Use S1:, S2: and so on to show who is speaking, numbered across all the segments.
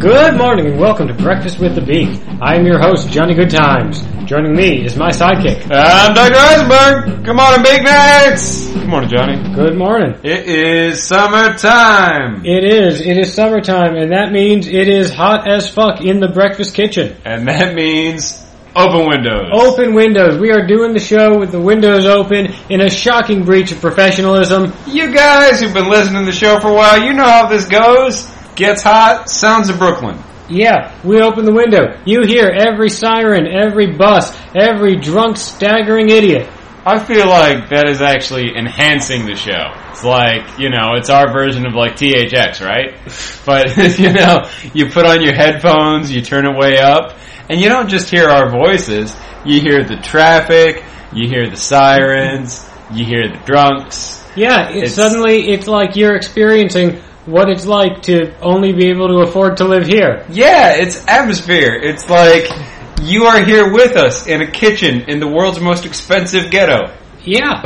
S1: Good morning and welcome to Breakfast with the Beak. I am your host, Johnny Goodtimes. Joining me is my sidekick.
S2: I'm Dr. Eisenberg. Good morning, Big Nights. Good morning, Johnny.
S1: Good morning.
S2: It is summertime.
S1: It is. It is summertime, and that means it is hot as fuck in the breakfast kitchen.
S2: And that means open windows.
S1: Open windows. We are doing the show with the windows open in a shocking breach of professionalism.
S2: You guys who've been listening to the show for a while, you know how this goes. Gets hot, sounds of Brooklyn.
S1: Yeah, we open the window. You hear every siren, every bus, every drunk, staggering idiot.
S2: I feel like that is actually enhancing the show. It's like, you know, it's our version of like THX, right? But, you know, you put on your headphones, you turn it way up, and you don't just hear our voices. You hear the traffic, you hear the sirens, you hear the drunks.
S1: Yeah, it,
S2: It's-
S1: suddenly it's like you're experiencing what it's like to only be able to afford to live here.
S2: Yeah, it's atmosphere. It's like you are here with us in a kitchen in the world's most expensive ghetto.
S1: Yeah.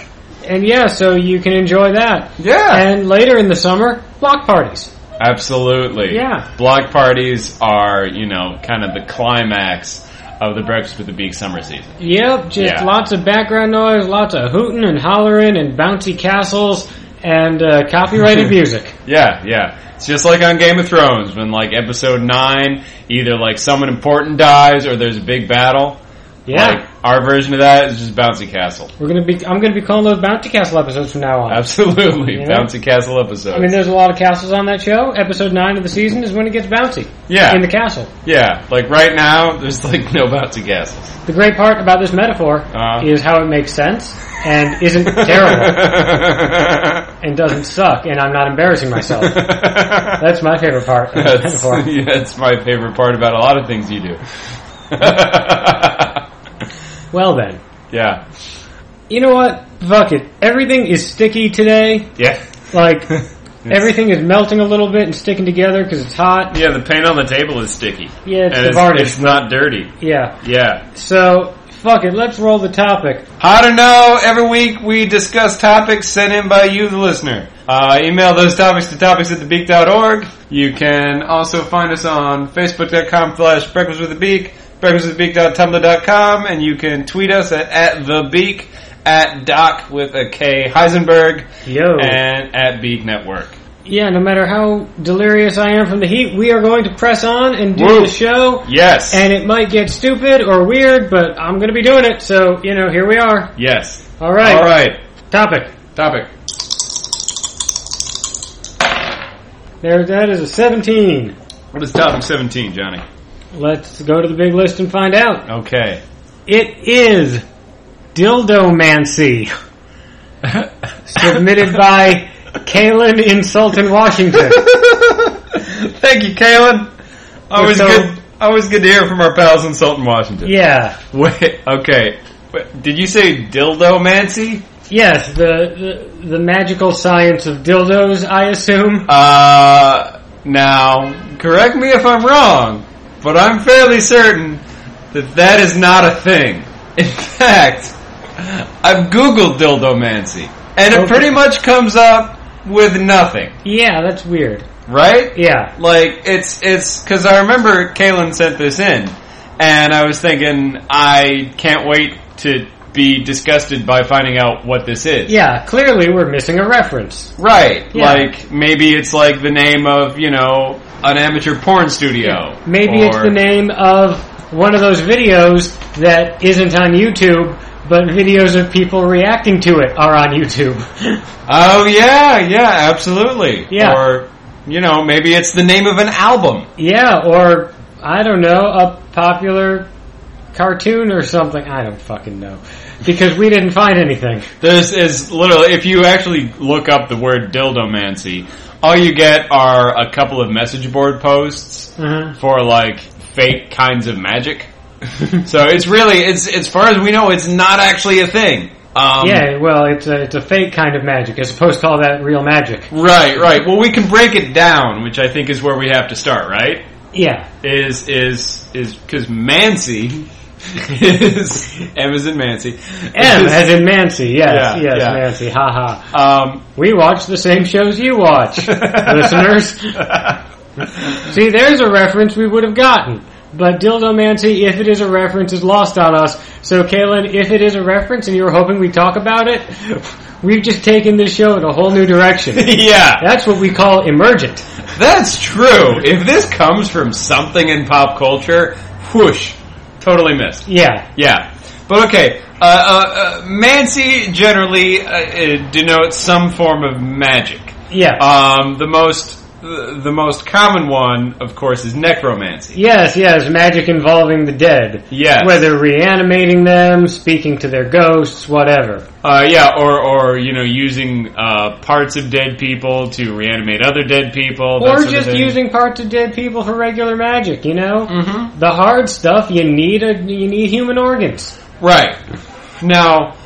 S1: and yeah, so you can enjoy that.
S2: Yeah.
S1: And later in the summer, block parties.
S2: Absolutely.
S1: Yeah.
S2: Block parties are, you know, kind of the climax of the Breakfast with the Beak summer season.
S1: Yep, just
S2: Yeah.
S1: lots of background noise, lots of hooting and hollering and bouncy castles and uh, copyrighted music.
S2: Yeah, yeah. It's just like on Game of Thrones when, like, episode 9, either, like, someone important dies or there's a big battle.
S1: Yeah.
S2: Like, our version of that is just Bouncy Castle.
S1: We're gonna be. I'm gonna be calling those bouncy castle episodes from now on.
S2: Absolutely.
S1: Yeah.
S2: Bouncy Castle episode.
S1: I mean, there's a lot of castles on that show. Episode nine of the season is when it gets bouncy.
S2: Yeah.
S1: In the castle.
S2: yeah. Like, right now, there's, like, no Bouncy Castles.
S1: The great part about this metaphor
S2: Uh-huh.
S1: is how it makes sense and isn't terrible and doesn't suck, and I'm not embarrassing myself. That's my favorite part of the
S2: That's,
S1: metaphor.
S2: yeah, that's my favorite part about a lot of things you do.
S1: Well then,
S2: yeah.
S1: you know what? Fuck it. Everything is sticky today.
S2: Yeah.
S1: Like everything is melting a little bit and sticking together because it's hot.
S2: Yeah, the paint on the table is sticky.
S1: Yeah, it's
S2: and it's,
S1: varnish.
S2: it's not dirty.
S1: Yeah.
S2: Yeah.
S1: So fuck it. Let's roll the topic.
S2: How to know. Every week we discuss topics sent in by you, the listener. Uh, email those topics to topics at thebeak.org. You can also find us on facebook.com slash breakfast with the beak, breakfastwiththebeak.tumblr.com, and you can tweet us at, at the beak, at doc with a K Heisenberg,
S1: Yo.
S2: and at beak network.
S1: yeah. No matter how delirious I am from the heat, we are going to press on and do
S2: Woo.
S1: the show.
S2: Yes.
S1: And it might get stupid or weird, but I'm going to be doing it. So you know, here we are.
S2: yes.
S1: All right.
S2: All right.
S1: Topic.
S2: Topic.
S1: There. That is a 17.
S2: What is topic 17, Johnny?
S1: Let's go to the big list and find out.
S2: Okay.
S1: It is Dildomancy, submitted by Kalen in Sultan, Washington.
S2: Thank you, Kalen. Always
S1: So-
S2: good. Always good to hear from our pals in Sultan, Washington.
S1: Yeah.
S2: Wait. Okay. Wait, did you say dildo mancy?
S1: Yes, the, the the magical science of dildos, I assume.
S2: Uh, now correct me if I'm wrong, but I'm fairly certain that that is not a thing. In fact, I've googled dildo mancy, and it
S1: Okay.
S2: pretty much comes up with nothing,
S1: Yeah, that's weird.
S2: right?
S1: Yeah.
S2: Like it's it's because I remember Kalen sent this in, and I was thinking I can't wait to be disgusted by finding out what this is.
S1: Yeah, clearly we're missing a reference.
S2: Right.
S1: Yeah.
S2: Like maybe it's like the name of you know an amateur porn studio.
S1: Maybe it's
S2: or-
S1: the name of one of those videos that isn't on YouTube, but videos of people reacting to it are on YouTube.
S2: Oh yeah, yeah, absolutely.
S1: Yeah.
S2: Or you know maybe it's the name of an album.
S1: Yeah, or I don't know, a popular cartoon or something. I don't fucking know because we didn't find anything.
S2: This is literally, if you actually look up the word dildomancy, all you get are a couple of message board posts
S1: Uh-huh.
S2: for like fake kinds of magic. so it's really, it's as far as we know, it's not actually a thing. Um,
S1: yeah, well, it's a it's a fake kind of magic as opposed to all that real magic.
S2: Right, right. Well, we can break it down, which I think is where we have to start. Right?
S1: Yeah,
S2: Is is is because mancy is M is in mancy.
S1: M as in Nancy. Yes,
S2: Yeah,
S1: yes,
S2: yeah.
S1: Nancy. Ha ha.
S2: um,
S1: We watch the same shows you watch, listeners. See, there's a reference we would have gotten. But Dildomancy, if it is a reference, is lost on us. So, Kalen, if it is a reference and you were hoping we'd talk about it, we've just taken this show in a whole new direction.
S2: yeah,
S1: That's what we call emergent.
S2: that's true. If this comes from something in pop culture, whoosh, totally missed.
S1: Yeah.
S2: Yeah. But okay, uh, uh, uh, Mancy generally uh, uh, denotes some form of magic.
S1: Yeah.
S2: Um, the most the the most common one, of course, is necromancy.
S1: yes, yes, magic involving the dead.
S2: Yes.
S1: Whether reanimating them, speaking to their ghosts, whatever.
S2: Uh, yeah, or, or you know, using uh, parts of dead people to reanimate other dead people. that
S1: Or
S2: sort of
S1: just
S2: thing.
S1: using parts of dead people for regular magic, you know?
S2: Mhm.
S1: The hard stuff, you need a, you need human organs.
S2: Right. Now,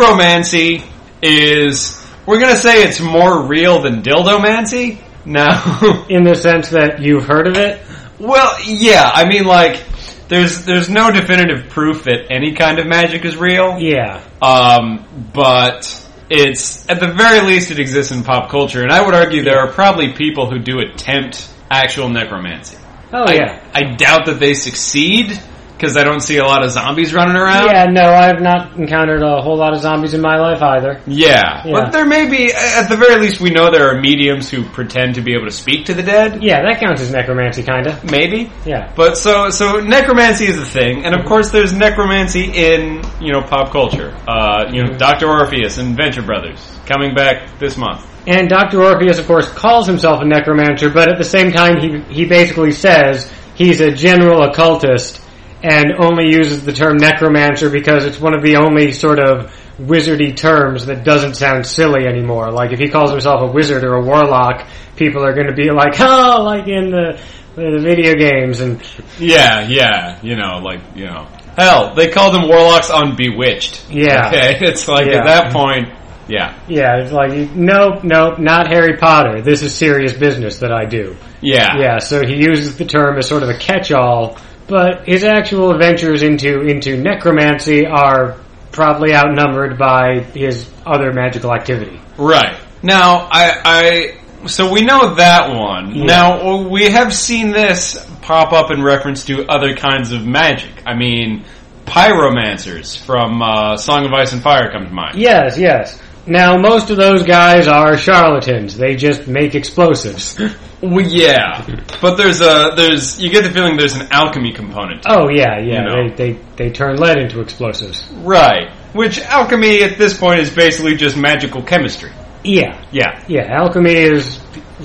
S2: necromancy is. We're going to say it's more real than dildomancy? No.
S1: In the sense that you've heard of it?
S2: well, yeah, I mean, like. There's, there's no definitive proof that any kind of magic is real.
S1: Yeah.
S2: Um, but it's at the very least it exists in pop culture, and I would argue there are probably people who do attempt actual necromancy.
S1: Oh,
S2: I,
S1: yeah.
S2: I doubt that they succeed because I don't see a lot of zombies running around.
S1: Yeah, no, I've not encountered a whole lot of zombies in my life either.
S2: Yeah.
S1: Yeah.
S2: but there may be. At the very least, we know there are mediums who pretend to be able to speak to the dead.
S1: Yeah, that counts as necromancy, kinda.
S2: Maybe.
S1: Yeah.
S2: But so so necromancy is a thing, and of course there's necromancy in you know pop culture. Uh, you know, Doctor Orpheus and Venture Brothers coming back this month.
S1: And Dr. Orpheus, of course, calls himself a necromancer, but at the same time, he, he basically says he's a general occultist and only uses the term necromancer because it's one of the only sort of wizardy terms that doesn't sound silly anymore. Like, if he calls himself a wizard or a warlock, people are going to be like, oh, like in the, the video games. And
S2: Yeah, yeah, you know, like you know, hell, they called them warlocks on Bewitched.
S1: Yeah.
S2: okay, it's like
S1: Yeah.
S2: at that point, yeah,
S1: yeah, it's like, nope, nope, not Harry Potter. This is serious business that I do.
S2: yeah,
S1: Yeah, so he uses the term as sort of a catch-all, but his actual adventures into into necromancy are probably outnumbered by his other magical activity.
S2: right. Now, I, I, so we know that one.
S1: Yeah.
S2: Now we have seen this pop up in reference to other kinds of magic. I mean, pyromancers from uh, Song of Ice and Fire come to mind.
S1: Yes, yes. Now, most of those guys are charlatans. They just make explosives.
S2: Well, yeah, but there's a there's you get the feeling there's an alchemy component to
S1: Oh, yeah, yeah.
S2: You know.
S1: They, they, they turn lead into explosives.
S2: Right. Which alchemy at this point is basically just magical chemistry.
S1: Yeah.
S2: Yeah.
S1: Yeah, alchemy is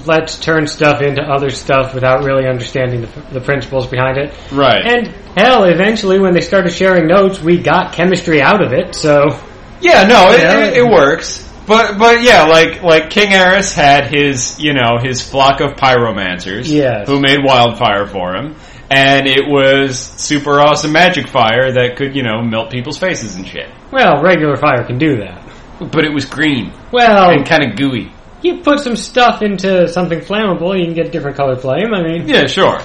S1: let's turn stuff into other stuff without really understanding the, the principles behind it.
S2: Right.
S1: And hell, eventually when they started sharing notes, we got chemistry out of it, so
S2: yeah, no, it,
S1: Yeah.
S2: it, it works. But but yeah, like like King Eris had his you know his flock of pyromancers
S1: Yes.
S2: who made wildfire for him, and it was super awesome magic fire that could you know melt people's faces and shit.
S1: well, regular fire can do that.
S2: But it was green
S1: Well,
S2: and kind of gooey.
S1: you put some stuff into something flammable, you can get different colored flame. I mean,
S2: Yeah, sure.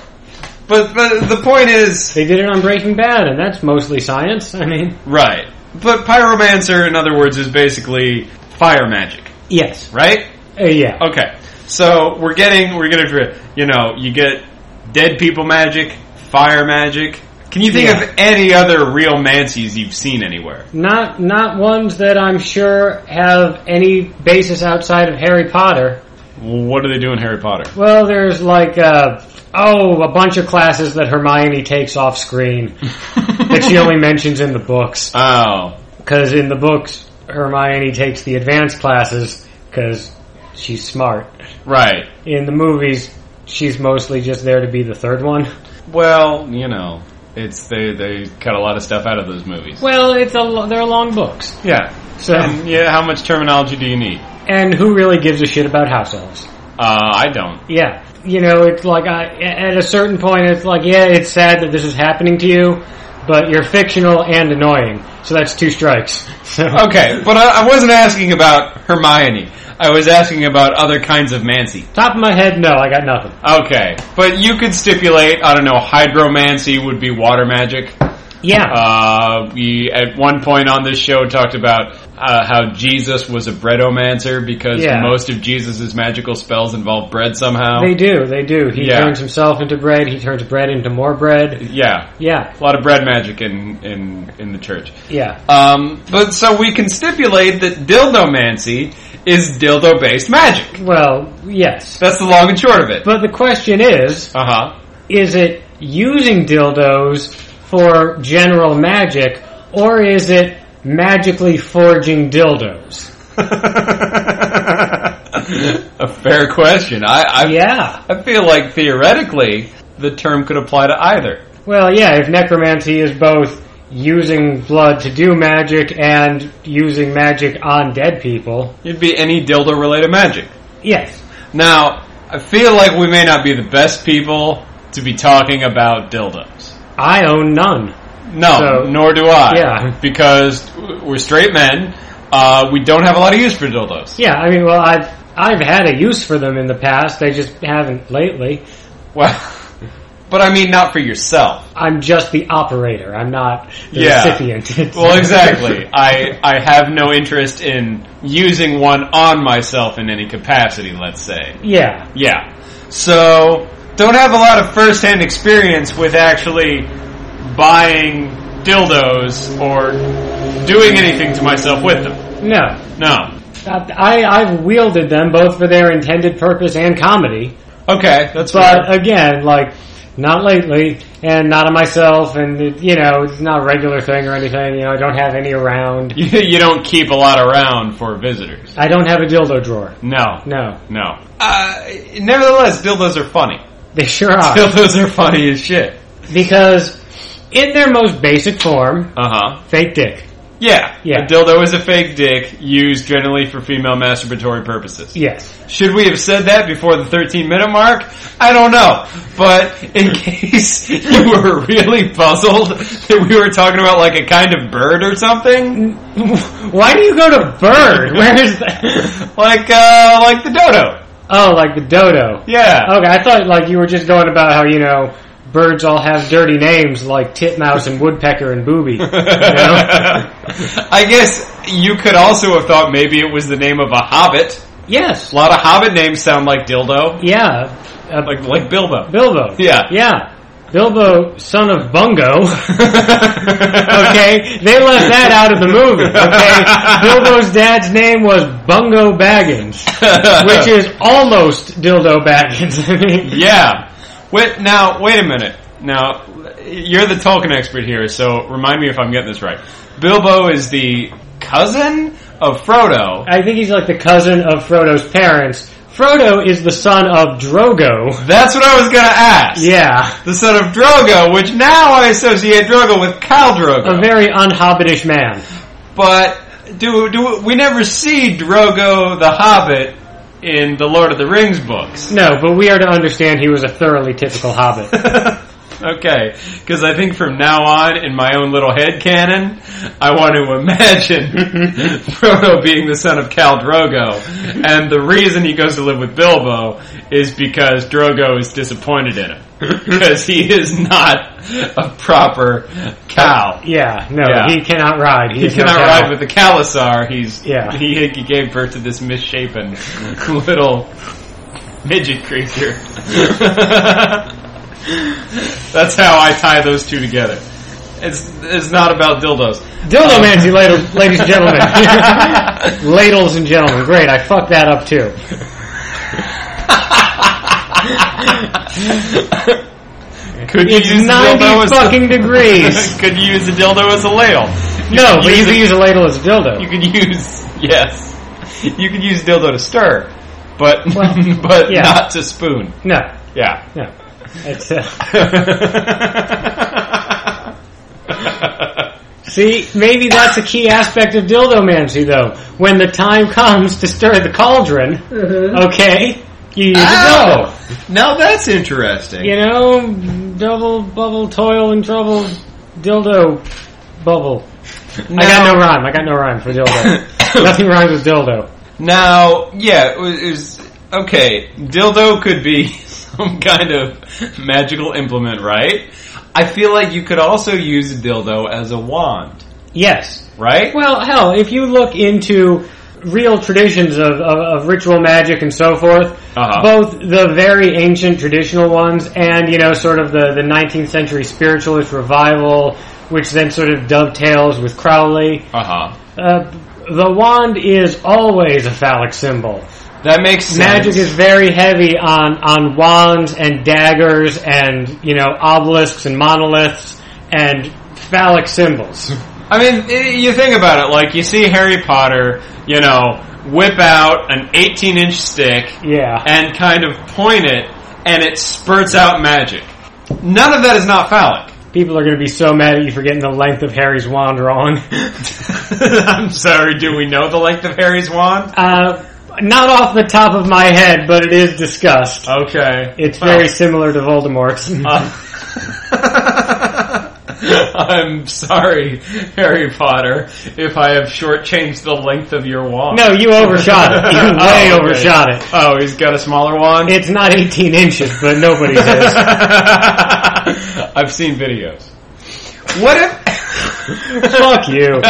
S2: But but the point is
S1: they did it on Breaking Bad, and that's mostly science. I mean,
S2: right. But pyromancer, in other words, is basically fire magic,
S1: yes,
S2: right?
S1: uh, yeah,
S2: Okay, so we're getting we're gonna you know you get dead people magic, fire magic. Can you think
S1: Yeah.
S2: of any other real Mancies you've seen anywhere?
S1: not not ones that I'm sure have any basis outside of Harry Potter.
S2: What do they do in Harry Potter?
S1: Well, there's like uh, oh, a bunch of classes that Hermione takes off screen that she only mentions in the books.
S2: oh,
S1: Because in the books, Hermione takes the advanced classes because she's smart.
S2: right.
S1: In the movies, she's mostly just there to be the third one.
S2: Well, you know, it's they they cut a lot of stuff out of those movies.
S1: Well, it's a lo- they're long books,
S2: Yeah.
S1: so
S2: And yeah, how much terminology do you need?
S1: and who really gives a shit about house elves?
S2: Uh, I don't.
S1: Yeah, you know, it's like I, at a certain point, it's like yeah, it's sad that this is happening to you, but you're fictional and annoying, so that's two strikes. So
S2: Okay, but I, I wasn't asking about Hermione. I was asking about other kinds of Mancy.
S1: top of my head, no, I got nothing.
S2: Okay, but you could stipulate, I don't know, hydromancy would be water magic.
S1: Yeah.
S2: Uh, we at one point on this show talked about uh, how Jesus was a breadomancer because
S1: Yeah.
S2: most of Jesus' magical spells involve bread somehow.
S1: They do, they do. He
S2: Yeah.
S1: turns himself into bread, he turns bread into more bread.
S2: yeah,
S1: Yeah,
S2: a lot of bread magic in in in the church.
S1: yeah.
S2: Um, but so we can stipulate that dildomancy is dildo based magic.
S1: Well, yes.
S2: That's the long and short of it.
S1: But the question is,
S2: Uh huh.
S1: is it using dildos for general magic, or is it magically forging dildos?
S2: a fair question. I I,
S1: Yeah.
S2: I feel like theoretically the term could apply to either.
S1: Well, yeah, if necromancy is both using blood to do magic and using magic on dead people,
S2: It'd be any dildo related magic.
S1: yes.
S2: Now, I feel like we may not be the best people to be talking about dildos.
S1: I own none.
S2: No,
S1: So-
S2: nor do I.
S1: Yeah.
S2: Because we're straight men. Uh, we don't have a lot of use for dildos.
S1: Yeah, I mean, well, I've I've had a use for them in the past. I just haven't lately.
S2: Well, but I mean, not for yourself.
S1: I'm just the operator. I'm not the
S2: Yeah.
S1: recipient.
S2: Well, exactly. I I have no interest in using one on myself in any capacity. Let's say.
S1: yeah,
S2: Yeah. So don't have a lot of first-hand experience with actually buying dildos or doing anything to myself with them.
S1: no.
S2: No.
S1: I, I've wielded them both for their intended purpose and comedy,
S2: Okay, that's
S1: but
S2: fair.
S1: again, like, not lately, and not on myself, and, it, you know, it's not a regular thing or anything, you know, I don't have any around.
S2: You, you don't keep a lot around for visitors.
S1: I don't have a dildo drawer.
S2: No.
S1: No.
S2: No. Uh, nevertheless, dildos are funny.
S1: They sure are.
S2: Dildos are funny as shit.
S1: because, in their most basic form,
S2: Uh huh.
S1: fake dick.
S2: Yeah.
S1: Yeah.
S2: A dildo is a fake dick used generally for female masturbatory purposes.
S1: Yes.
S2: Should we have said that before the 13 minute mark? I don't know. But in case you were really puzzled that we were talking about like a kind of bird or something,
S1: Why do you go to bird? Where is that?
S2: like uh, like the dodo.
S1: Oh, like the dodo.
S2: Yeah.
S1: Okay, I thought like you were just going about how you know birds all have dirty names like titmouse and woodpecker and booby. you know?
S2: I guess you could also have thought maybe it was the name of a hobbit.
S1: yes.
S2: A lot of hobbit names sound like dildo,
S1: Yeah. Uh,
S2: like like Bilbo.
S1: Bilbo.
S2: Yeah.
S1: Yeah. Bilbo, son of Bungo.
S2: okay.
S1: Okay, they left that out of the movie. Okay, Bilbo's dad's name was Bungo Baggins, which is almost Dildo Baggins. I mean,
S2: Yeah. Wait now. Wait a minute. Now you're the Tolkien expert here, so remind me if I'm getting this right. Bilbo is the cousin of Frodo.
S1: I think he's like the cousin of Frodo's parents. Frodo is the son of Drogo.
S2: That's what I was gonna ask.
S1: Yeah.
S2: The son of Drogo, which now I associate Drogo with Khal
S1: a
S2: Drogo.
S1: very unhobbitish man.
S2: but do do we never see Drogo the Hobbit in the Lord of the Rings books?
S1: No, but we are to understand he was a thoroughly typical hobbit.
S2: okay, because I think from now on, in my own little head canon, I want to imagine Frodo being the son of Cal Drogo, and the reason he goes to live with Bilbo is because Drogo is disappointed in him because he is not a proper cow.
S1: Yeah, no,
S2: Yeah.
S1: he cannot ride.
S2: He
S1: is no
S2: cannot
S1: cow.
S2: ride with the Kalasar. He's
S1: Yeah.
S2: he, he gave birth to this misshapen little midget creature. That's how I tie those two together. It's it's not about dildos.
S1: Dildo Mancy, ladle, ladies and gentlemen. Ladles and gentlemen. Great, I fucked that up too.
S2: Could you
S1: It's
S2: use a dildo
S1: 90
S2: as
S1: fucking
S2: a,
S1: degrees.
S2: Could you use a dildo as a ladle?
S1: No, but you
S2: use
S1: can
S2: it-
S1: use a ladle as a
S2: You
S1: dildo.
S2: could use yes. You could use dildo to stir, but
S1: Well,
S2: but
S1: yeah.
S2: not to spoon.
S1: No,
S2: Yeah.
S1: no. It's, uh, see, maybe that's a key aspect of Dildo Mancy, though. When the time comes to stir the cauldron, Mm-hmm. okay, you use a dildo.
S2: Now that's interesting.
S1: Ah! You know, double bubble, toil and trouble, dildo bubble. I got no rhyme. I got no rhyme for dildo. Nothing rhymes with dildo.
S2: Now, yeah, it was, it was okay. Dildo could be some kind of magical implement, right? I feel like you could also use a dildo as a wand,
S1: Yes.
S2: right?
S1: Well, hell, if you look into real traditions of, of, of ritual magic and so forth,
S2: Uh-huh.
S1: both the very ancient traditional ones and, you know, sort of the, the 19th century spiritualist revival, which then sort of dovetails with Crowley,
S2: Uh huh.
S1: uh, the wand is always a phallic symbol.
S2: That makes sense.
S1: Magic is very heavy on, on wands and daggers and, you know, obelisks and monoliths and phallic symbols.
S2: I mean, i- you think about it. Like you see Harry Potter, you know, whip out an 18 inch stick
S1: Yeah.
S2: and kind of point it, and it spurts out magic. None of that is not phallic.
S1: People are going to be so mad at you for getting the length of Harry's wand wrong.
S2: I'm sorry. Do we know the length of Harry's wand?
S1: Uh, not off the top of my head, but it is discussed.
S2: Okay,
S1: It's
S2: Well,
S1: very similar to Voldemort's.
S2: uh, I'm sorry, Harry Potter, if I have shortchanged the length of your wand.
S1: no, you overshot it. You
S2: Oh,
S1: way
S2: okay.
S1: overshot it.
S2: Oh, he's got a smaller wand.
S1: It's not 18 inches, but nobody says.
S2: I've seen videos. What if?
S1: Fuck you.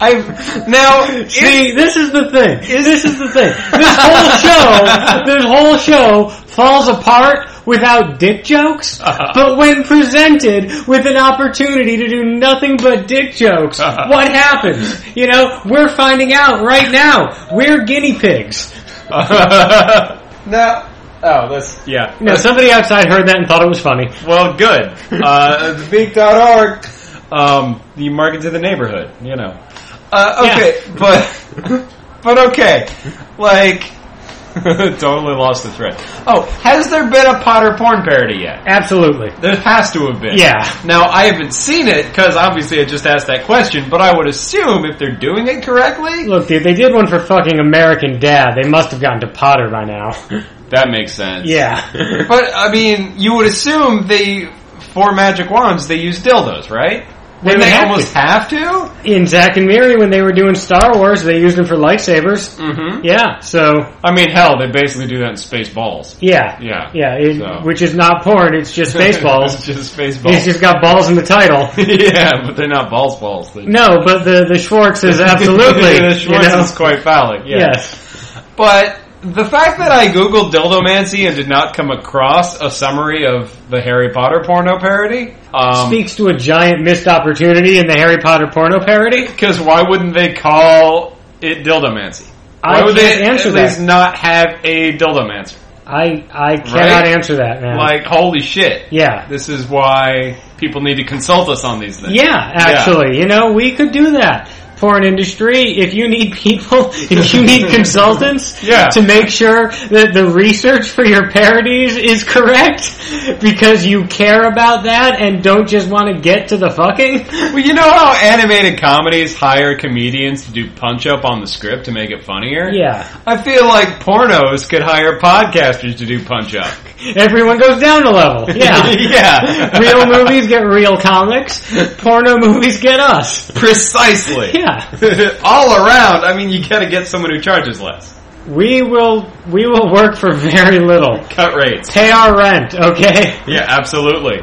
S2: I've now
S1: See, this is the thing. This is the thing. This whole show, this whole show falls apart without dick jokes, but when presented with an opportunity to do nothing but dick jokes, what happens? You know, we're finding out right now. We're guinea pigs.
S2: now. Oh, that's yeah.
S1: No, somebody outside heard that and thought it was funny.
S2: Well, good. Uh, TheBeak.org, um, the market to the neighborhood, you know. Uh, okay, but but okay, like totally lost the thread. Oh, has there been a Potter porn parody yet?
S1: Absolutely.
S2: There has to have been.
S1: Yeah.
S2: Now I haven't seen it because obviously I just asked that question, but I would assume if they're doing it correctly,
S1: Look, dude, they did one for fucking American Dad. They must have gotten to Potter by now.
S2: that makes sense.
S1: Yeah.
S2: But I mean, you would assume they for magic wands they use dildos, right?
S1: They
S2: Wouldn't
S1: would
S2: they
S1: have
S2: almost have to.
S1: In Zack and Miri, when they were doing Star Wars, they used them for lightsabers.
S2: Mm-hmm.
S1: Yeah, so
S2: I mean, hell, they basically do that in Spaceballs.
S1: yeah,
S2: Yeah.
S1: yeah, it,
S2: So.
S1: which is not porn. It's just
S2: it's
S1: Spaceballs.
S2: just
S1: it's
S2: Spaceballs.
S1: just got balls in the title.
S2: yeah, but they're not balls balls. They-
S1: No, but the the Schwartz is absolutely.
S2: the
S1: you
S2: Schwartz
S1: know?
S2: is quite phallic. Yeah.
S1: Yes.
S2: But the fact that I googled dildomancy and did not come across a summary of the Harry Potter porno parody. Um,
S1: Speaks to a giant missed opportunity in the Harry Potter porno parody.
S2: because why wouldn't they call it dildomancy? Why
S1: I
S2: would
S1: can't
S2: they
S1: answer
S2: at
S1: that.
S2: least not have a dildomancer?
S1: I I cannot answer that, man.
S2: Like, holy shit.
S1: yeah.
S2: This is why people need to consult us on these things.
S1: Yeah, actually, you know, we could do that. Porn industry, if you need people, if you need consultants
S2: Yeah.
S1: to make sure that the research for your parodies is correct because you care about that and don't just want to get to the fucking.
S2: Well, you know how animated comedies hire comedians to do punch up on the script to make it funnier?
S1: Yeah.
S2: I feel like pornos could hire podcasters to do punch up.
S1: Everyone goes down a level. Yeah.
S2: yeah.
S1: real movies get real comics, porno movies get us.
S2: Precisely.
S1: Yeah.
S2: All around, I mean, you gotta get someone who charges less.
S1: We will we will work for very little.
S2: Cut rates.
S1: Pay our rent, okay?
S2: Yeah, absolutely.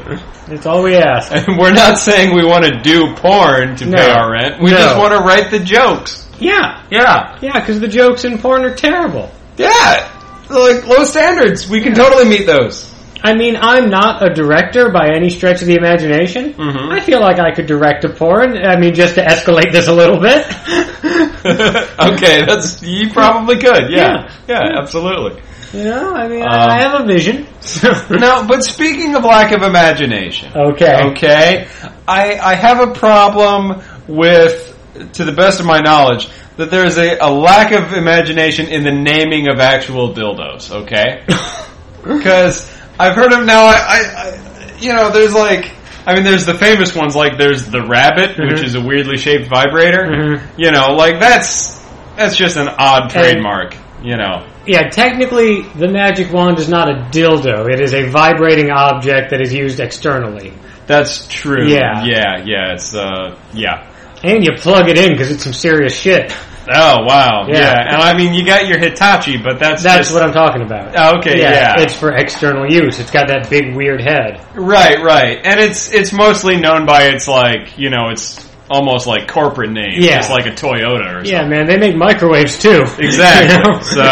S1: That's all we ask.
S2: And we're not saying we want to do porn to
S1: No.
S2: pay our rent. We
S1: No.
S2: just want to write the jokes.
S1: Yeah.
S2: Yeah.
S1: Yeah, because the jokes in porn are terrible.
S2: Yeah. Like, low standards. We can totally meet those.
S1: I mean, I'm not a director by any stretch of the imagination.
S2: Mhm.
S1: I feel like I could direct a porn. I mean, just to escalate this a little bit.
S2: okay, that's you probably could. Yeah, yeah, absolutely.
S1: You know, I mean,
S2: Um,
S1: I, I have a vision.
S2: Now, but speaking of lack of imagination,
S1: Okay.
S2: okay, I I have a problem with, to the best of my knowledge, that there is a, a lack of imagination in the naming of actual dildos. Okay, because I've heard of now. I, I, I you know, there's like. I mean, there's the famous ones like there's the rabbit, which
S1: Mhm.
S2: is a weirdly shaped vibrator.
S1: Mhm.
S2: You know, like that's that's just an odd trademark. You know,
S1: Yeah, technically, the magic wand is not a dildo. It is a vibrating object that is used externally.
S2: That's true.
S1: Yeah.
S2: yeah, yeah. It's uh, yeah.
S1: And you plug it in because it's some serious shit.
S2: Oh wow, yeah.
S1: Yeah.
S2: And I mean, you got your Hitachi, but that's
S1: That's
S2: just-
S1: what I'm talking about.
S2: Oh, okay, yeah,
S1: It's for external use. It's got that big weird head.
S2: right, right, and it's it's mostly known by its like you know it's almost like corporate name,
S1: Yeah.
S2: just like a Toyota or
S1: Yeah,
S2: something.
S1: man, they make microwaves too.
S2: Exactly.
S1: You know?
S2: So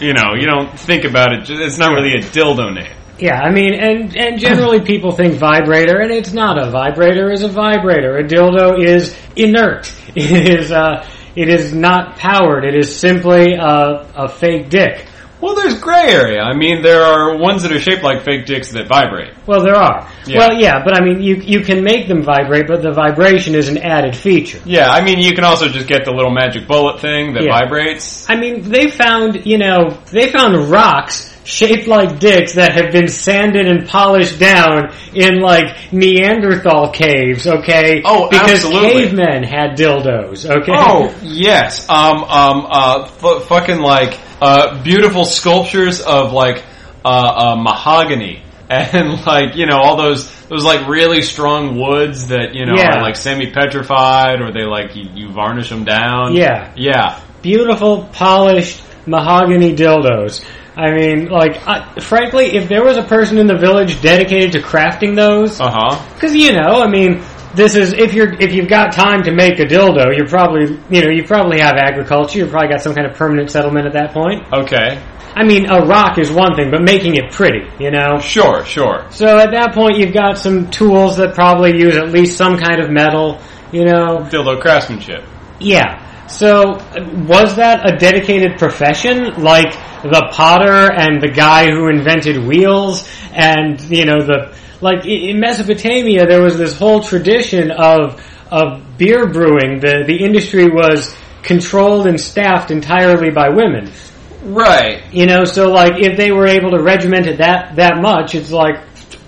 S2: you know you don't think about it. It's not really a dildo name.
S1: Yeah, I mean, and and generally people think vibrator, and it's not a vibrator. Is a vibrator. A dildo is inert. It is uh, it is not powered. It is simply a a fake dick.
S2: Well, there's gray area. I mean, there are ones that are shaped like fake dicks that vibrate.
S1: Well, there are.
S2: Yeah.
S1: Well, yeah, but I mean, you you can make them vibrate, but the vibration is an added feature.
S2: Yeah, I mean, you can also just get the little magic bullet thing that
S1: Yeah.
S2: vibrates.
S1: I mean, they found, you know, they found rocks shaped like dicks that have been sanded and polished down in like Neanderthal caves, okay?
S2: Oh,
S1: because
S2: absolutely.
S1: cavemen had dildos, okay?
S2: Oh yes, um, um, uh, f- fucking like uh, beautiful sculptures of like uh, uh, mahogany and like you know all those those like really strong woods that you know
S1: Yeah.
S2: are like semi petrified or they like you, you varnish them down.
S1: Yeah.
S2: yeah,
S1: Beautiful, polished mahogany dildos. I mean, like, I, frankly, if there was a person in the village dedicated to crafting those,
S2: uh huh.
S1: Because you know, I mean, this is if you're if you've got time to make a dildo, you're probably you know you probably have agriculture. You've probably got some kind of permanent settlement at that point.
S2: Okay,
S1: I mean, a rock is one thing, but making it pretty, you know.
S2: sure, sure.
S1: So at that point, you've got some tools that probably use at least some kind of metal, you know.
S2: Dildo craftsmanship.
S1: Yeah. So uh, was that a dedicated profession, like the potter and the guy who invented wheels, and you know the like i- in Mesopotamia there was this whole tradition of of beer brewing. The the industry was controlled and staffed entirely by women.
S2: Right.
S1: You know, so like if they were able to regiment it that that much, it's like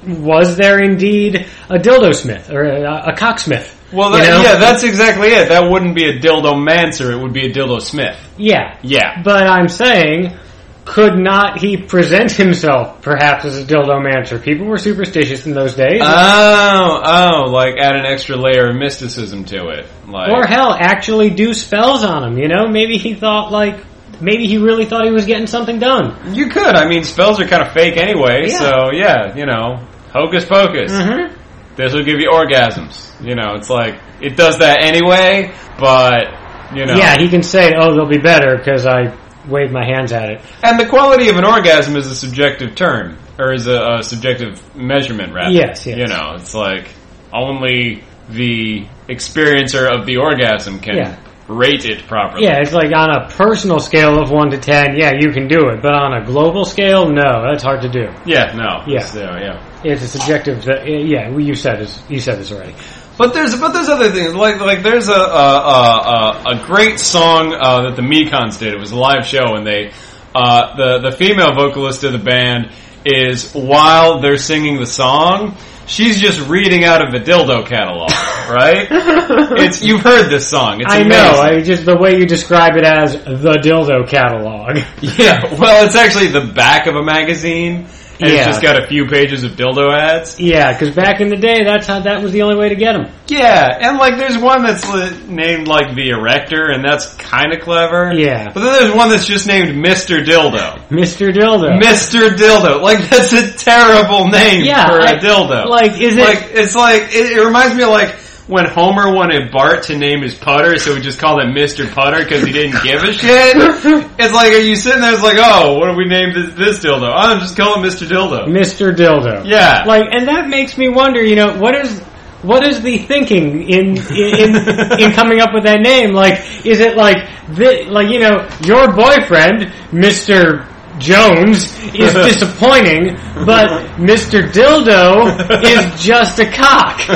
S1: was there indeed a dildo smith or a, a cocksmith?
S2: Well,
S1: You
S2: that,
S1: know?
S2: yeah, that's exactly it. That wouldn't be a dildo mancer; it would be a dildo smith.
S1: yeah.
S2: Yeah.
S1: But I'm saying, could not he present himself perhaps as a dildomancer? People were superstitious in those days.
S2: Uh, Oh, oh, like add an extra layer of mysticism to it. Like,
S1: or hell, actually do spells on him, you know? Maybe he thought, like, maybe he really thought he was getting something done.
S2: you could. I mean, spells are kind of fake anyway,
S1: Yeah.
S2: so yeah, you know, hocus pocus.
S1: Mm-hmm.
S2: This will give you orgasms. You know, it's like it does that anyway, but you know,
S1: Yeah, he can say, oh, they'll be better because I waved my hands at it.
S2: And the quality of an orgasm is a subjective term, or is a, a subjective measurement, rather.
S1: Yes, yes.
S2: You know, it's like only the experiencer of the orgasm can
S1: Yeah.
S2: rate it properly.
S1: Yeah, it's like on a personal scale of 1 to 10, yeah, you can do it. But on a global scale, no, that's hard to do.
S2: Yeah, no.
S1: Yeah.
S2: So, yeah.
S1: It's a subjective, uh, yeah, you said this, you said this already.
S2: But there's but there's other things like like there's a a, a, a, a great song uh, that the Mekons did. It was a live show, and they uh, the the female vocalist of the band is while they're singing the song, she's just reading out of the dildo catalog, right? It's you've heard this song. It's
S1: I
S2: amazing.
S1: know. I just the way you describe it as the dildo catalog.
S2: yeah. Well, it's actually the back of a magazine. And
S1: Yeah.
S2: It's just got a few pages of dildo ads.
S1: Yeah, because back in the day, that's how that was the only way to get them.
S2: Yeah, and like there's one that's li- named like the Erector, and that's kind of clever.
S1: Yeah.
S2: but then there's one that's just named Mister Dildo.
S1: Mister Dildo.
S2: Mister Dildo, like that's a terrible name
S1: Yeah,
S2: for a
S1: I-
S2: dildo.
S1: like, is it-
S2: Like it's like it, it reminds me of like when Homer wanted Bart to name his putter, so we just called him Mister Putter because he didn't give a shit. It's like are you sitting there? It's like oh, what do we name this, this dildo? Oh, just call him Mister Dildo.
S1: Mister Dildo.
S2: Yeah,
S1: Like, and that makes me wonder. You know, what is what is the thinking in in in coming up with that name? Like, is it like thi- like you know your boyfriend, Mister. Jones is disappointing, but Mr. Dildo is just a cock. he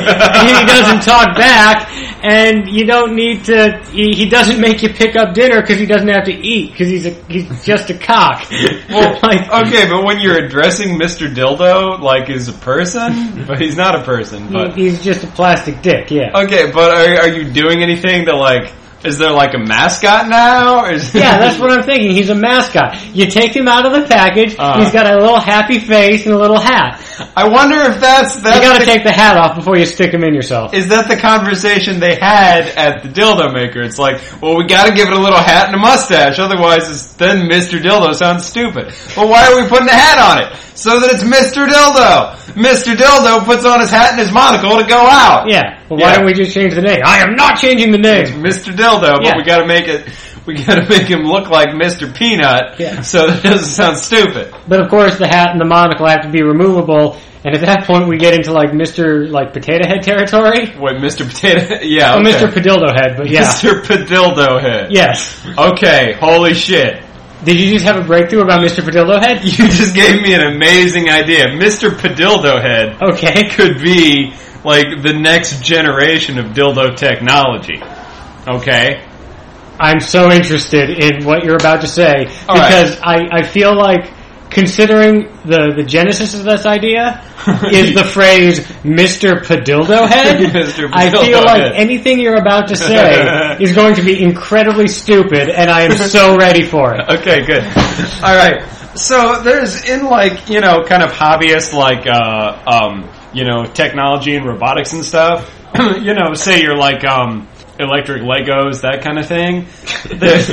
S1: doesn't talk back, and you don't need to. He, he doesn't make you pick up dinner because he doesn't have to eat because he's a, he's just a cock.
S2: Well,
S1: Like-
S2: okay, but when you're addressing Mr. Dildo like as a person, but he's not a person,
S1: He-
S2: but
S1: He's just a plastic dick, yeah.
S2: okay, but are, are you doing anything to like Is there like a mascot now? Is
S1: Yeah, that's what I'm thinking. He's a mascot. You take him out of the package.
S2: Uh-huh.
S1: He's got a little happy face and a little hat.
S2: I wonder if that's
S1: You
S2: that's
S1: got to
S2: the-
S1: take the hat off before you stick him in yourself.
S2: is that the conversation they had at the dildo maker? It's like, well, we got to give it a little hat and a mustache, otherwise, it's, then Mr. Dildo sounds stupid. Well, why are we putting a hat on it so that it's Mr. Dildo? Mr. Dildo puts on his hat and his monocle to go out.
S1: Yeah. Well, why
S2: Yeah.
S1: don't we just change the name? I am not changing the
S2: It's
S1: name.
S2: Mr. Dildo, but
S1: Yeah.
S2: we got to make it. We got to make him look like Mr. Peanut,
S1: Yeah.
S2: so that it doesn't sound stupid.
S1: But of course, the hat and the monocle have to be removable. And at that point, we get into like Mr. like potato head territory.
S2: Wait, Mr. Potato? Yeah,
S1: Oh,
S2: okay.
S1: Mr. Padildo head, but yeah.
S2: Mr. Padildo head.
S1: Yes.
S2: Okay, holy shit.
S1: Did you just have a breakthrough about Mr. Padildo head?
S2: You just gave me an amazing idea. Mr. Padildo Head
S1: Okay.
S2: could be like the next generation of dildo technology. Okay?
S1: I'm so interested in what you're about to say
S2: All right.
S1: because I, I feel like considering the, the genesis of this idea is the phrase Mr. Padildo head.
S2: Mr.
S1: I feel
S2: Padildo
S1: like
S2: Head.
S1: anything you're about to say is going to be incredibly stupid and I am so ready for it.
S2: Okay, good. All right. So there's in like you know kind of hobbyist like uh, um, you know technology and robotics and stuff. you know, say you're like um, electric Legos that kind of thing. There's-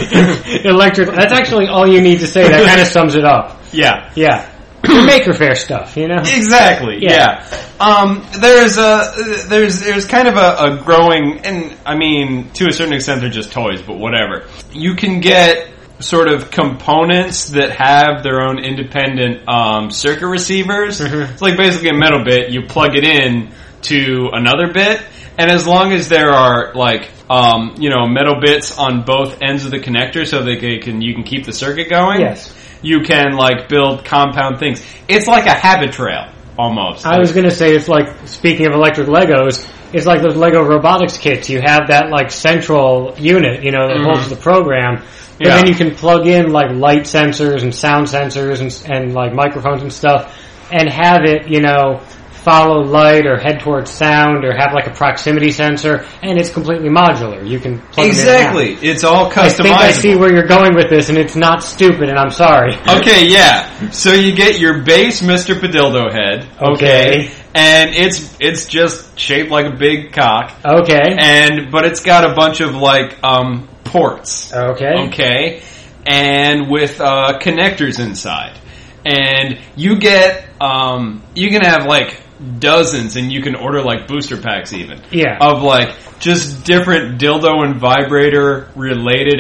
S1: Electric. That's actually all you need to say. That kind of sums it up.
S2: yeah.
S1: Yeah. Your Maker Fair stuff, you know?
S2: Exactly. Yeah.
S1: Yeah.
S2: Um, there's a there's there's kind of a, a growing, and I mean to a certain extent they're just toys, but whatever. You can get sort of components that have their own independent um, circuit receivers.
S1: Mhm.
S2: It's like basically a metal bit. You plug it in to another bit, and as long as there are like um, you know metal bits on both ends of the connector, so that they can you can keep the circuit going
S1: Yes.
S2: you can like build compound things. It's like a habit trail almost.
S1: I was going to say it's like, speaking of electric Legos, it's like those Lego robotics kits. You have that like central unit, you know, that holds the program. But
S2: Mm-hmm. Yeah.
S1: then you can plug in like light sensors and sound sensors and, and like microphones and stuff and have it, you know, follow light or head towards sound or have like a proximity sensor and it's completely modular. You can plug it in. and out.
S2: exactly. It's all
S1: I think
S2: customizable.
S1: I see where you're going with this and it's not stupid and I'm sorry.
S2: Okay, yeah. So you get your base Mr. Padildo head, okay,
S1: Okay.
S2: and it's it's just shaped like a big cock,
S1: Okay.
S2: and but it's got a bunch of like um, ports,
S1: Okay.
S2: okay, and with uh, connectors inside, and you get um, you can have like dozens, and you can order like booster packs even,
S1: Yeah.
S2: of like just different dildo and vibrator related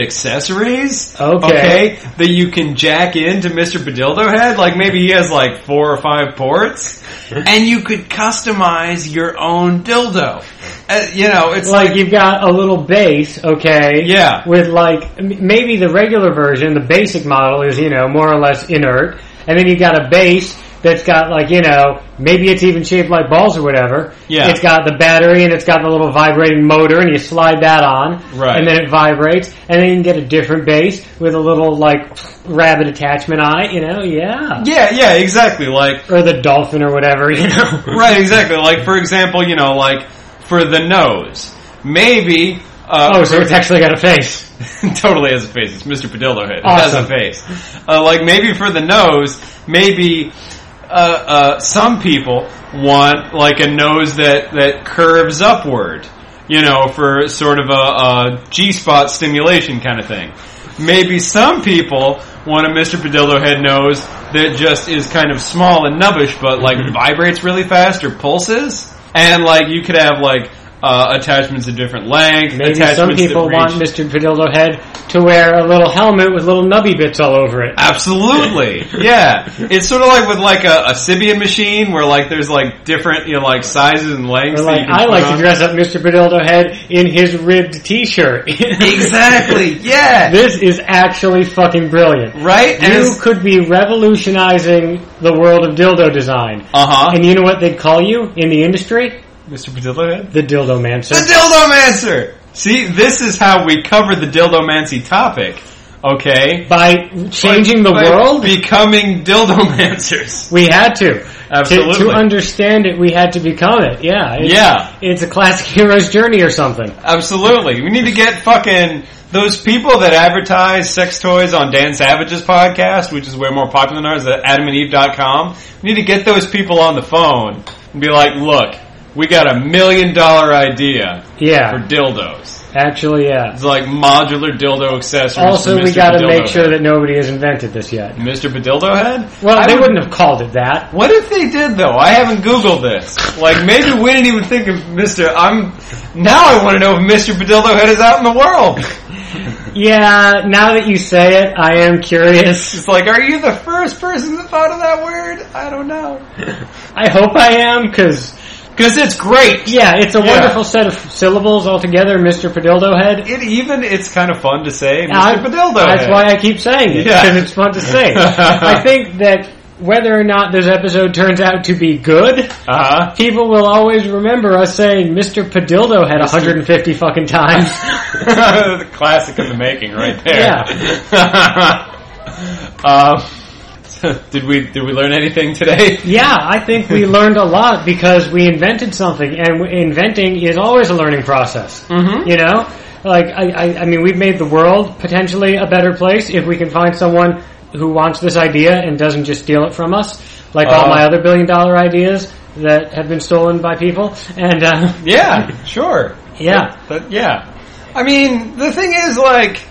S2: accessories.
S1: Okay.
S2: That you can jack into Mr. Badildo head. Like maybe he has like four or five ports. and you could customize your own dildo. Uh, you know, it's like,
S1: like you've got a little base, okay?
S2: Yeah.
S1: With like m- maybe the regular version, the basic model is you know more or less inert, and then you got a base that's got like you know maybe it's even shaped like balls or whatever.
S2: Yeah.
S1: It's got the battery and it's got the little vibrating motor, and you slide that on,
S2: Right.
S1: And then it vibrates, and then you can get a different base with a little like rabbit attachment on it, you know? Yeah.
S2: yeah, yeah, exactly. Like,
S1: Or the dolphin or whatever, you know?
S2: right, exactly. Like, for example, you know, like for the nose, maybe, uh,
S1: Oh, so it's actually got a face.
S2: totally has a face. It's Mr. Padillo head.
S1: Awesome.
S2: It has a face. Uh, like maybe for the nose, maybe uh, uh, some people want like a nose that that curves upward. You know, for sort of a, a G spot stimulation kind of thing. Maybe some people want a Mr. Padillo head nose that just is kind of small and nubbish, but like vibrates really fast or pulses. And like you could have like uh, attachments of different length.
S1: Maybe
S2: attachments
S1: some people want
S2: that reach
S1: Mr. Padildo Head to wear a little helmet with little nubby bits all over it.
S2: Absolutely, yeah. It's sort of like with like a, a Sibian machine, where like there's like different, you know, like sizes and lengths.
S1: Or
S2: that
S1: like,
S2: you can
S1: I
S2: put
S1: like
S2: on.
S1: to dress up Mr. Padildo Head in his ribbed t-shirt.
S2: Exactly, yeah,
S1: This is actually fucking brilliant.
S2: right.
S1: You could be revolutionizing the world of dildo design.
S2: uh huh.
S1: And you know what they'd call you in the industry?
S2: Mr. Padillo head.
S1: The dildo mancer.
S2: The dildomancer. See, this is how we cover the dildomancy topic Okay.
S1: by changing the
S2: By
S1: world.
S2: Becoming dildomancers.
S1: We had to.
S2: Absolutely.
S1: To, to understand it, we had to become it. Yeah. It's,
S2: Yeah.
S1: It's a classic hero's journey or something.
S2: Absolutely. We need to get fucking those people that advertise sex toys on Dan Savage's podcast, which is where more popular than ours, at adamandeve.com. We need to get those people on the phone and be like, look, we got a million dollar idea for
S1: Yeah.
S2: dildos.
S1: Actually, yeah.
S2: It's like modular dildo accessories. for
S1: Also, we
S2: Mr.
S1: got to
S2: Bedildo
S1: make sure
S2: Head.
S1: that nobody has invented this yet.
S2: Mr. Bedildo Head?
S1: Well,
S2: I
S1: they
S2: would-
S1: wouldn't have called it that.
S2: What if they did though? I haven't Googled this. Like maybe we didn't even think of Mr. I'm now I want to know if Mr. Bedildo Head is out in the world.
S1: Yeah. Now that you say it, I am curious.
S2: It's like, are you the first person that thought of that word? I don't know.
S1: I hope I am because.
S2: Because it's great.
S1: Yeah, it's a
S2: Yeah.
S1: wonderful set of syllables altogether, Mr. Padildo Head.
S2: It even it's kind of fun to say
S1: I-
S2: Mr. Bedildo.
S1: That's
S2: Head.
S1: why I keep saying it
S2: Yeah.
S1: because it's fun to say. I think that whether or not this episode turns out to be good,
S2: uh-huh.
S1: people will always remember us saying Mr. Padildo had 150 fucking times.
S2: the classic in the making, right there. um, did we did we learn anything today?
S1: yeah, I think we learned a lot because we invented something, and w- inventing is always a learning process.
S2: Mhm.
S1: You know, like I, I, I mean, we've made the world potentially a better place if we can find someone who wants this idea and doesn't just steal it from us, like all
S2: Uh.
S1: my other billion dollar ideas that have been stolen by people. And uh,
S2: Yeah, sure.
S1: Yeah.
S2: But, but yeah. I mean, the thing is like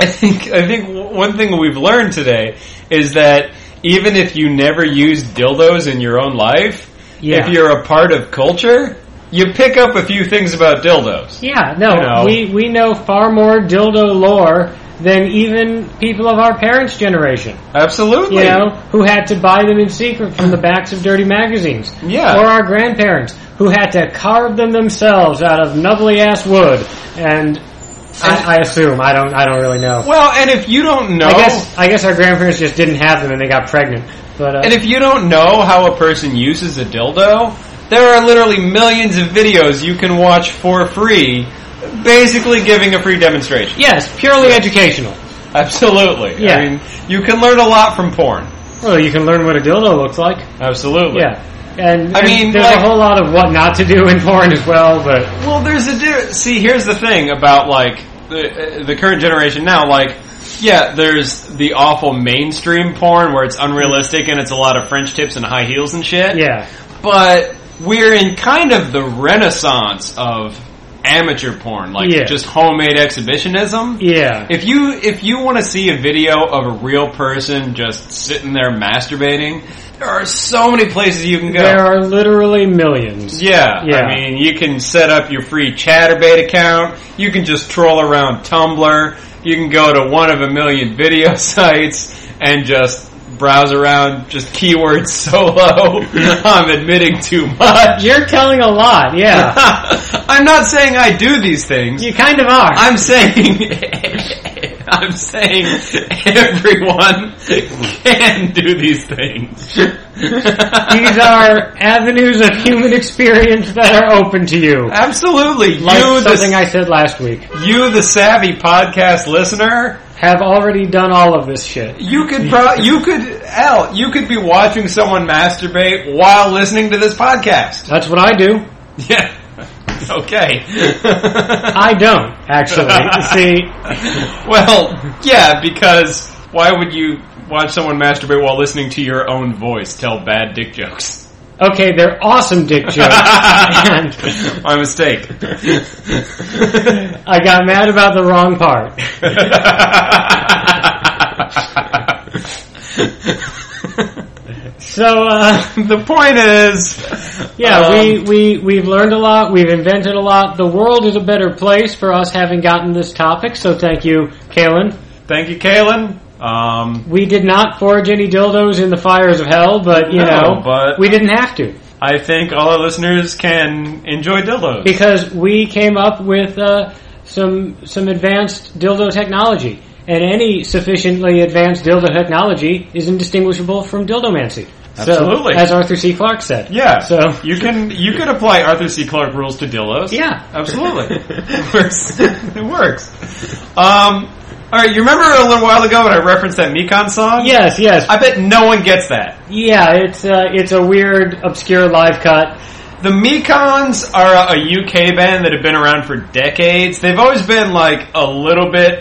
S2: I think I think w- one thing we've learned today is that even if you never use dildos in your own life,
S1: Yeah.
S2: if you're a part of culture, you pick up a few things about dildos.
S1: yeah, no,
S2: You know.
S1: we we know far more dildo lore than even people of our parents' generation.
S2: Absolutely.
S1: you know, who had to buy them in secret from the backs of dirty magazines.
S2: Yeah.
S1: Or our grandparents, who had to carve them themselves out of nubbly ass wood. And I, I assume I don't. I don't really know.
S2: Well, and if you don't know,
S1: I guess I guess our grandparents just didn't have them and they got pregnant. But uh,
S2: And if you don't know how a person uses a dildo, there are literally millions of videos you can watch for free, basically giving a free demonstration.
S1: yes, purely educational.
S2: Absolutely.
S1: Yeah.
S2: I mean, you can learn a lot from porn.
S1: Well, you can learn what a dildo looks like.
S2: Absolutely.
S1: Yeah. And,
S2: I
S1: and
S2: mean,
S1: there's
S2: like-
S1: a whole lot of what not to do in porn as well, but
S2: Well, there's a di- see. Here's the thing about like the, uh, the current generation now. Like, yeah, there's the awful mainstream porn where it's unrealistic and it's a lot of French tips and high heels and shit.
S1: yeah,
S2: but we're in kind of the renaissance of amateur porn, like
S1: Yeah.
S2: just homemade exhibitionism.
S1: yeah,
S2: If you if you want to see a video of a real person just sitting there masturbating, there are so many places you can go.
S1: there are literally millions.
S2: yeah,
S1: Yeah.
S2: I mean, you can set up your free ChatterBait account. You can just troll around Tumblr. You can go to one of a million video sites and just browse around just keywords solo. I'm admitting too much.
S1: You're telling a lot, yeah.
S2: I'm not saying I do these things.
S1: You kind of are.
S2: I'm saying I'm saying everyone can do these things.
S1: These are avenues of human experience that are open to you.
S2: absolutely
S1: Like
S2: you
S1: something
S2: the,
S1: I said last week.
S2: you the savvy podcast listener.
S1: Have already done all of this shit.
S2: You could pro- you could Al, you could be watching someone masturbate while listening to this podcast.
S1: That's what I do.
S2: Yeah. Okay.
S1: I don't, actually. See,
S2: well, yeah, because why would you watch someone masturbate while listening to your own voice tell bad dick jokes?
S1: okay, they're awesome dick jokes. and
S2: My mistake.
S1: I got mad about the wrong part. So, uh,
S2: the point is,
S1: yeah,
S2: um,
S1: we, we, we've learned a lot. We've invented a lot. The world is a better place for us having gotten this topic, so thank you, Kalen.
S2: Thank you, Kalen. Um,
S1: We did not forge any dildos in the fires of hell, but you
S2: No,
S1: know,
S2: but-
S1: we didn't have to
S2: I think all our listeners can enjoy dildos.
S1: because we came up with uh, some some advanced dildo technology, and any sufficiently advanced dildo technology is indistinguishable from dildomancy.
S2: Absolutely.
S1: so, as Arthur C. Clarke said.
S2: Yeah.
S1: So
S2: you can you could apply Arthur C. Clarke rules to dildos.
S1: yeah,
S2: Absolutely. it works. It works. Um, All right, you remember a little while ago when I referenced that Mekon song?
S1: Yes, yes,
S2: I bet no one gets that.
S1: yeah. It's uh, it's a weird, obscure live cut.
S2: The Mekons are a- a UK band that have been around for decades. They've always been like a little bit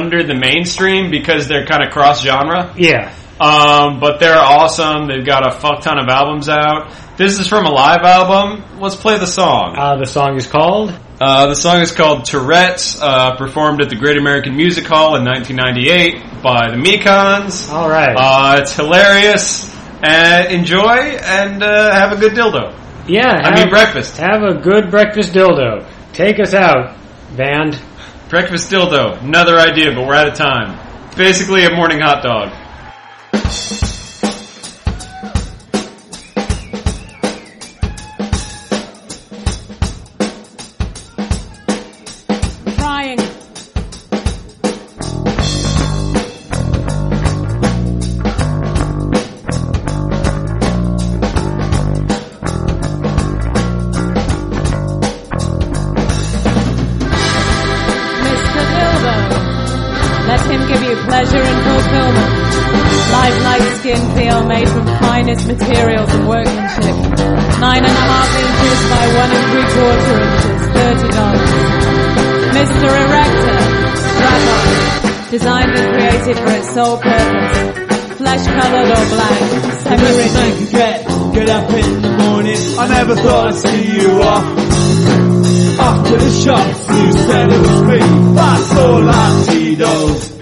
S2: under the mainstream because they're kind of cross genre.
S1: Yeah,
S2: Um, but they're awesome. They've got a fuck ton of albums out. This is from a live album. Let's play the song.
S1: uh, the song is called.
S2: Uh, the song is called Tourette's, uh, performed at the Great American Music Hall in 1998 by the Mekons.
S1: All right.
S2: Uh, it's hilarious. And enjoy and uh, have a good dildo.
S1: yeah.
S2: I mean breakfast.
S1: Have a good breakfast dildo. Take us out, band.
S2: Breakfast dildo. Another idea, but we're out of time. Basically a morning hot dog.
S3: crying. Mr. Dildo, let him give you pleasure and fulfillment. Lifelike skin feel made from finest materials and workmanship. Nine and a half inches by one and three quarter inches, thirty dollars. Mr. Erector, strap on. Designed and created for its sole purpose. Flesh colored or black, semi-rigid.
S4: Everything you get, get up in the morning. I never thought I'd see you off. Off to the shops, you said it was me. But so Latinos.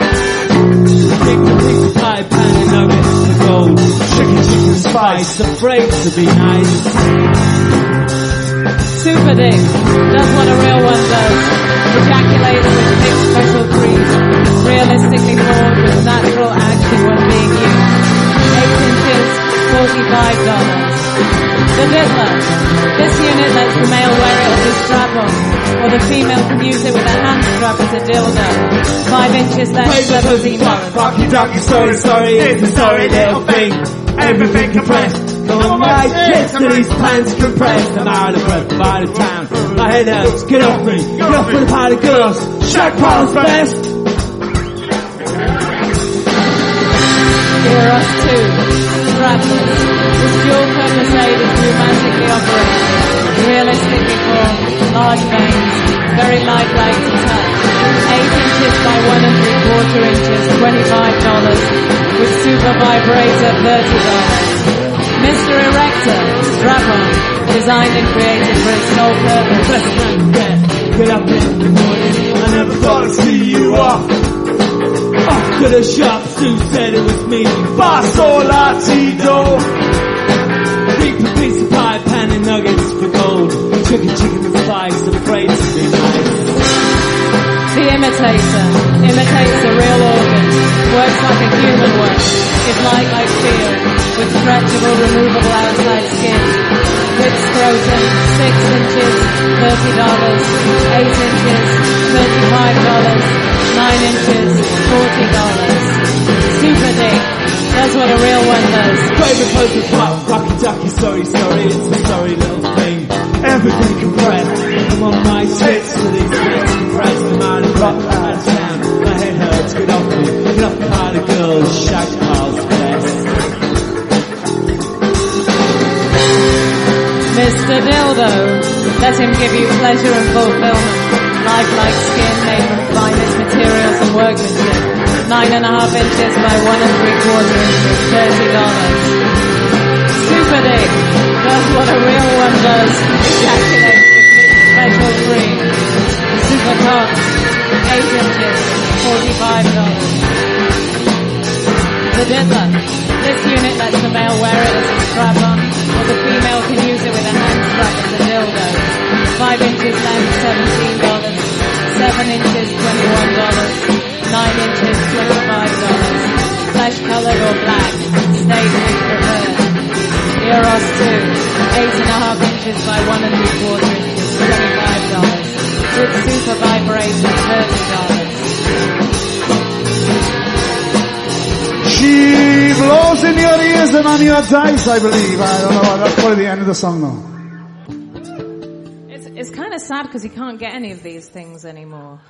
S4: Pick the pig pie pan and nuggets the gold. Chicken, chicken spice, the break to be nice.
S3: Super dick. That's what a real one does. Ejaculates with thick special cream. Realistically formed with natural action when being used. 8 inches, $45. The Diddler. This unit lets the male wear it as a strap-on, or the female can use it with a hand strap as a dildo. 5 inches,
S4: Play
S3: that's
S4: the pussy fuck,
S3: $17.
S4: fuck you ducky, sorry, sorry, it's a sorry little thing. Everything compressed, no my tits to these pants compressed. I'm out of breath, I'm out of town. My head hurts, get off me, get off with a pile of girls. Shack pile's best.
S3: Here us two, strapless, with dual purpose aid is pneumatically operated, realistically formed, large veins, very lifelike to touch, 8 inches by 1 and 3 quarter inches, $25, with super vibrator, $30. Mr. Erector, strap on, designed and created for its sole purpose.
S4: Best man get, get up in the morning. I never thought I'd see you off. Off to the shops, who said it was me? Paso Latino. Big piece of pie, pan and nuggets for gold. Chicken, chicken and spice, afraid to be nice.
S3: The imitator imitates a real organ, works like a human works, is light like feel, with stretchable, removable outside skin. With scrotum, 6 inches, $30, 8 inches, $35, 9 inches, $40. Super dick, that's what a real one does.
S4: Favorite poker pop, rocky ducky, sorry, sorry, it's a sorry little thing. Everything compressed, I'm on my tits to these tits compressed. I'm out of rock, out of town, my head hurts, get off me, get off the part of girls, shag piles best.
S3: Mr. Dildo, let him give you pleasure and fulfillment. Lifelike skin made from finest materials and workmanship. Nine and a half inches by one and three quarter inches, thirty dollars. Super dick, that's what a real one does. Ejaculate special cream. Super cock, eight inches, forty-five dollars. The Diddler. This unit lets the male wear it as a strap-on, or the female can use it with a hand strap as a dildo. 5 inches length, $17. 7 inches, $21. 9 inches, $25. Flesh colored or black, stage is preferred. Eros 2, 8 and a half inches by 1 and 3 quarter inches, $25. With super vibrator, $30.
S5: She blows in your ears and on your dice, I believe. I don't know. That's probably the end of the song, though.
S3: It's, it's kind of sad because you can't get any of these things anymore.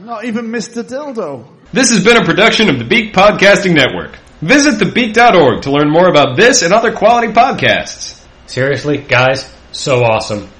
S5: Not even Mr. Dildo.
S2: This has been a production of the Beak Podcasting Network. Visit thebeak.org to learn more about this and other quality podcasts.
S1: Seriously, guys, so awesome.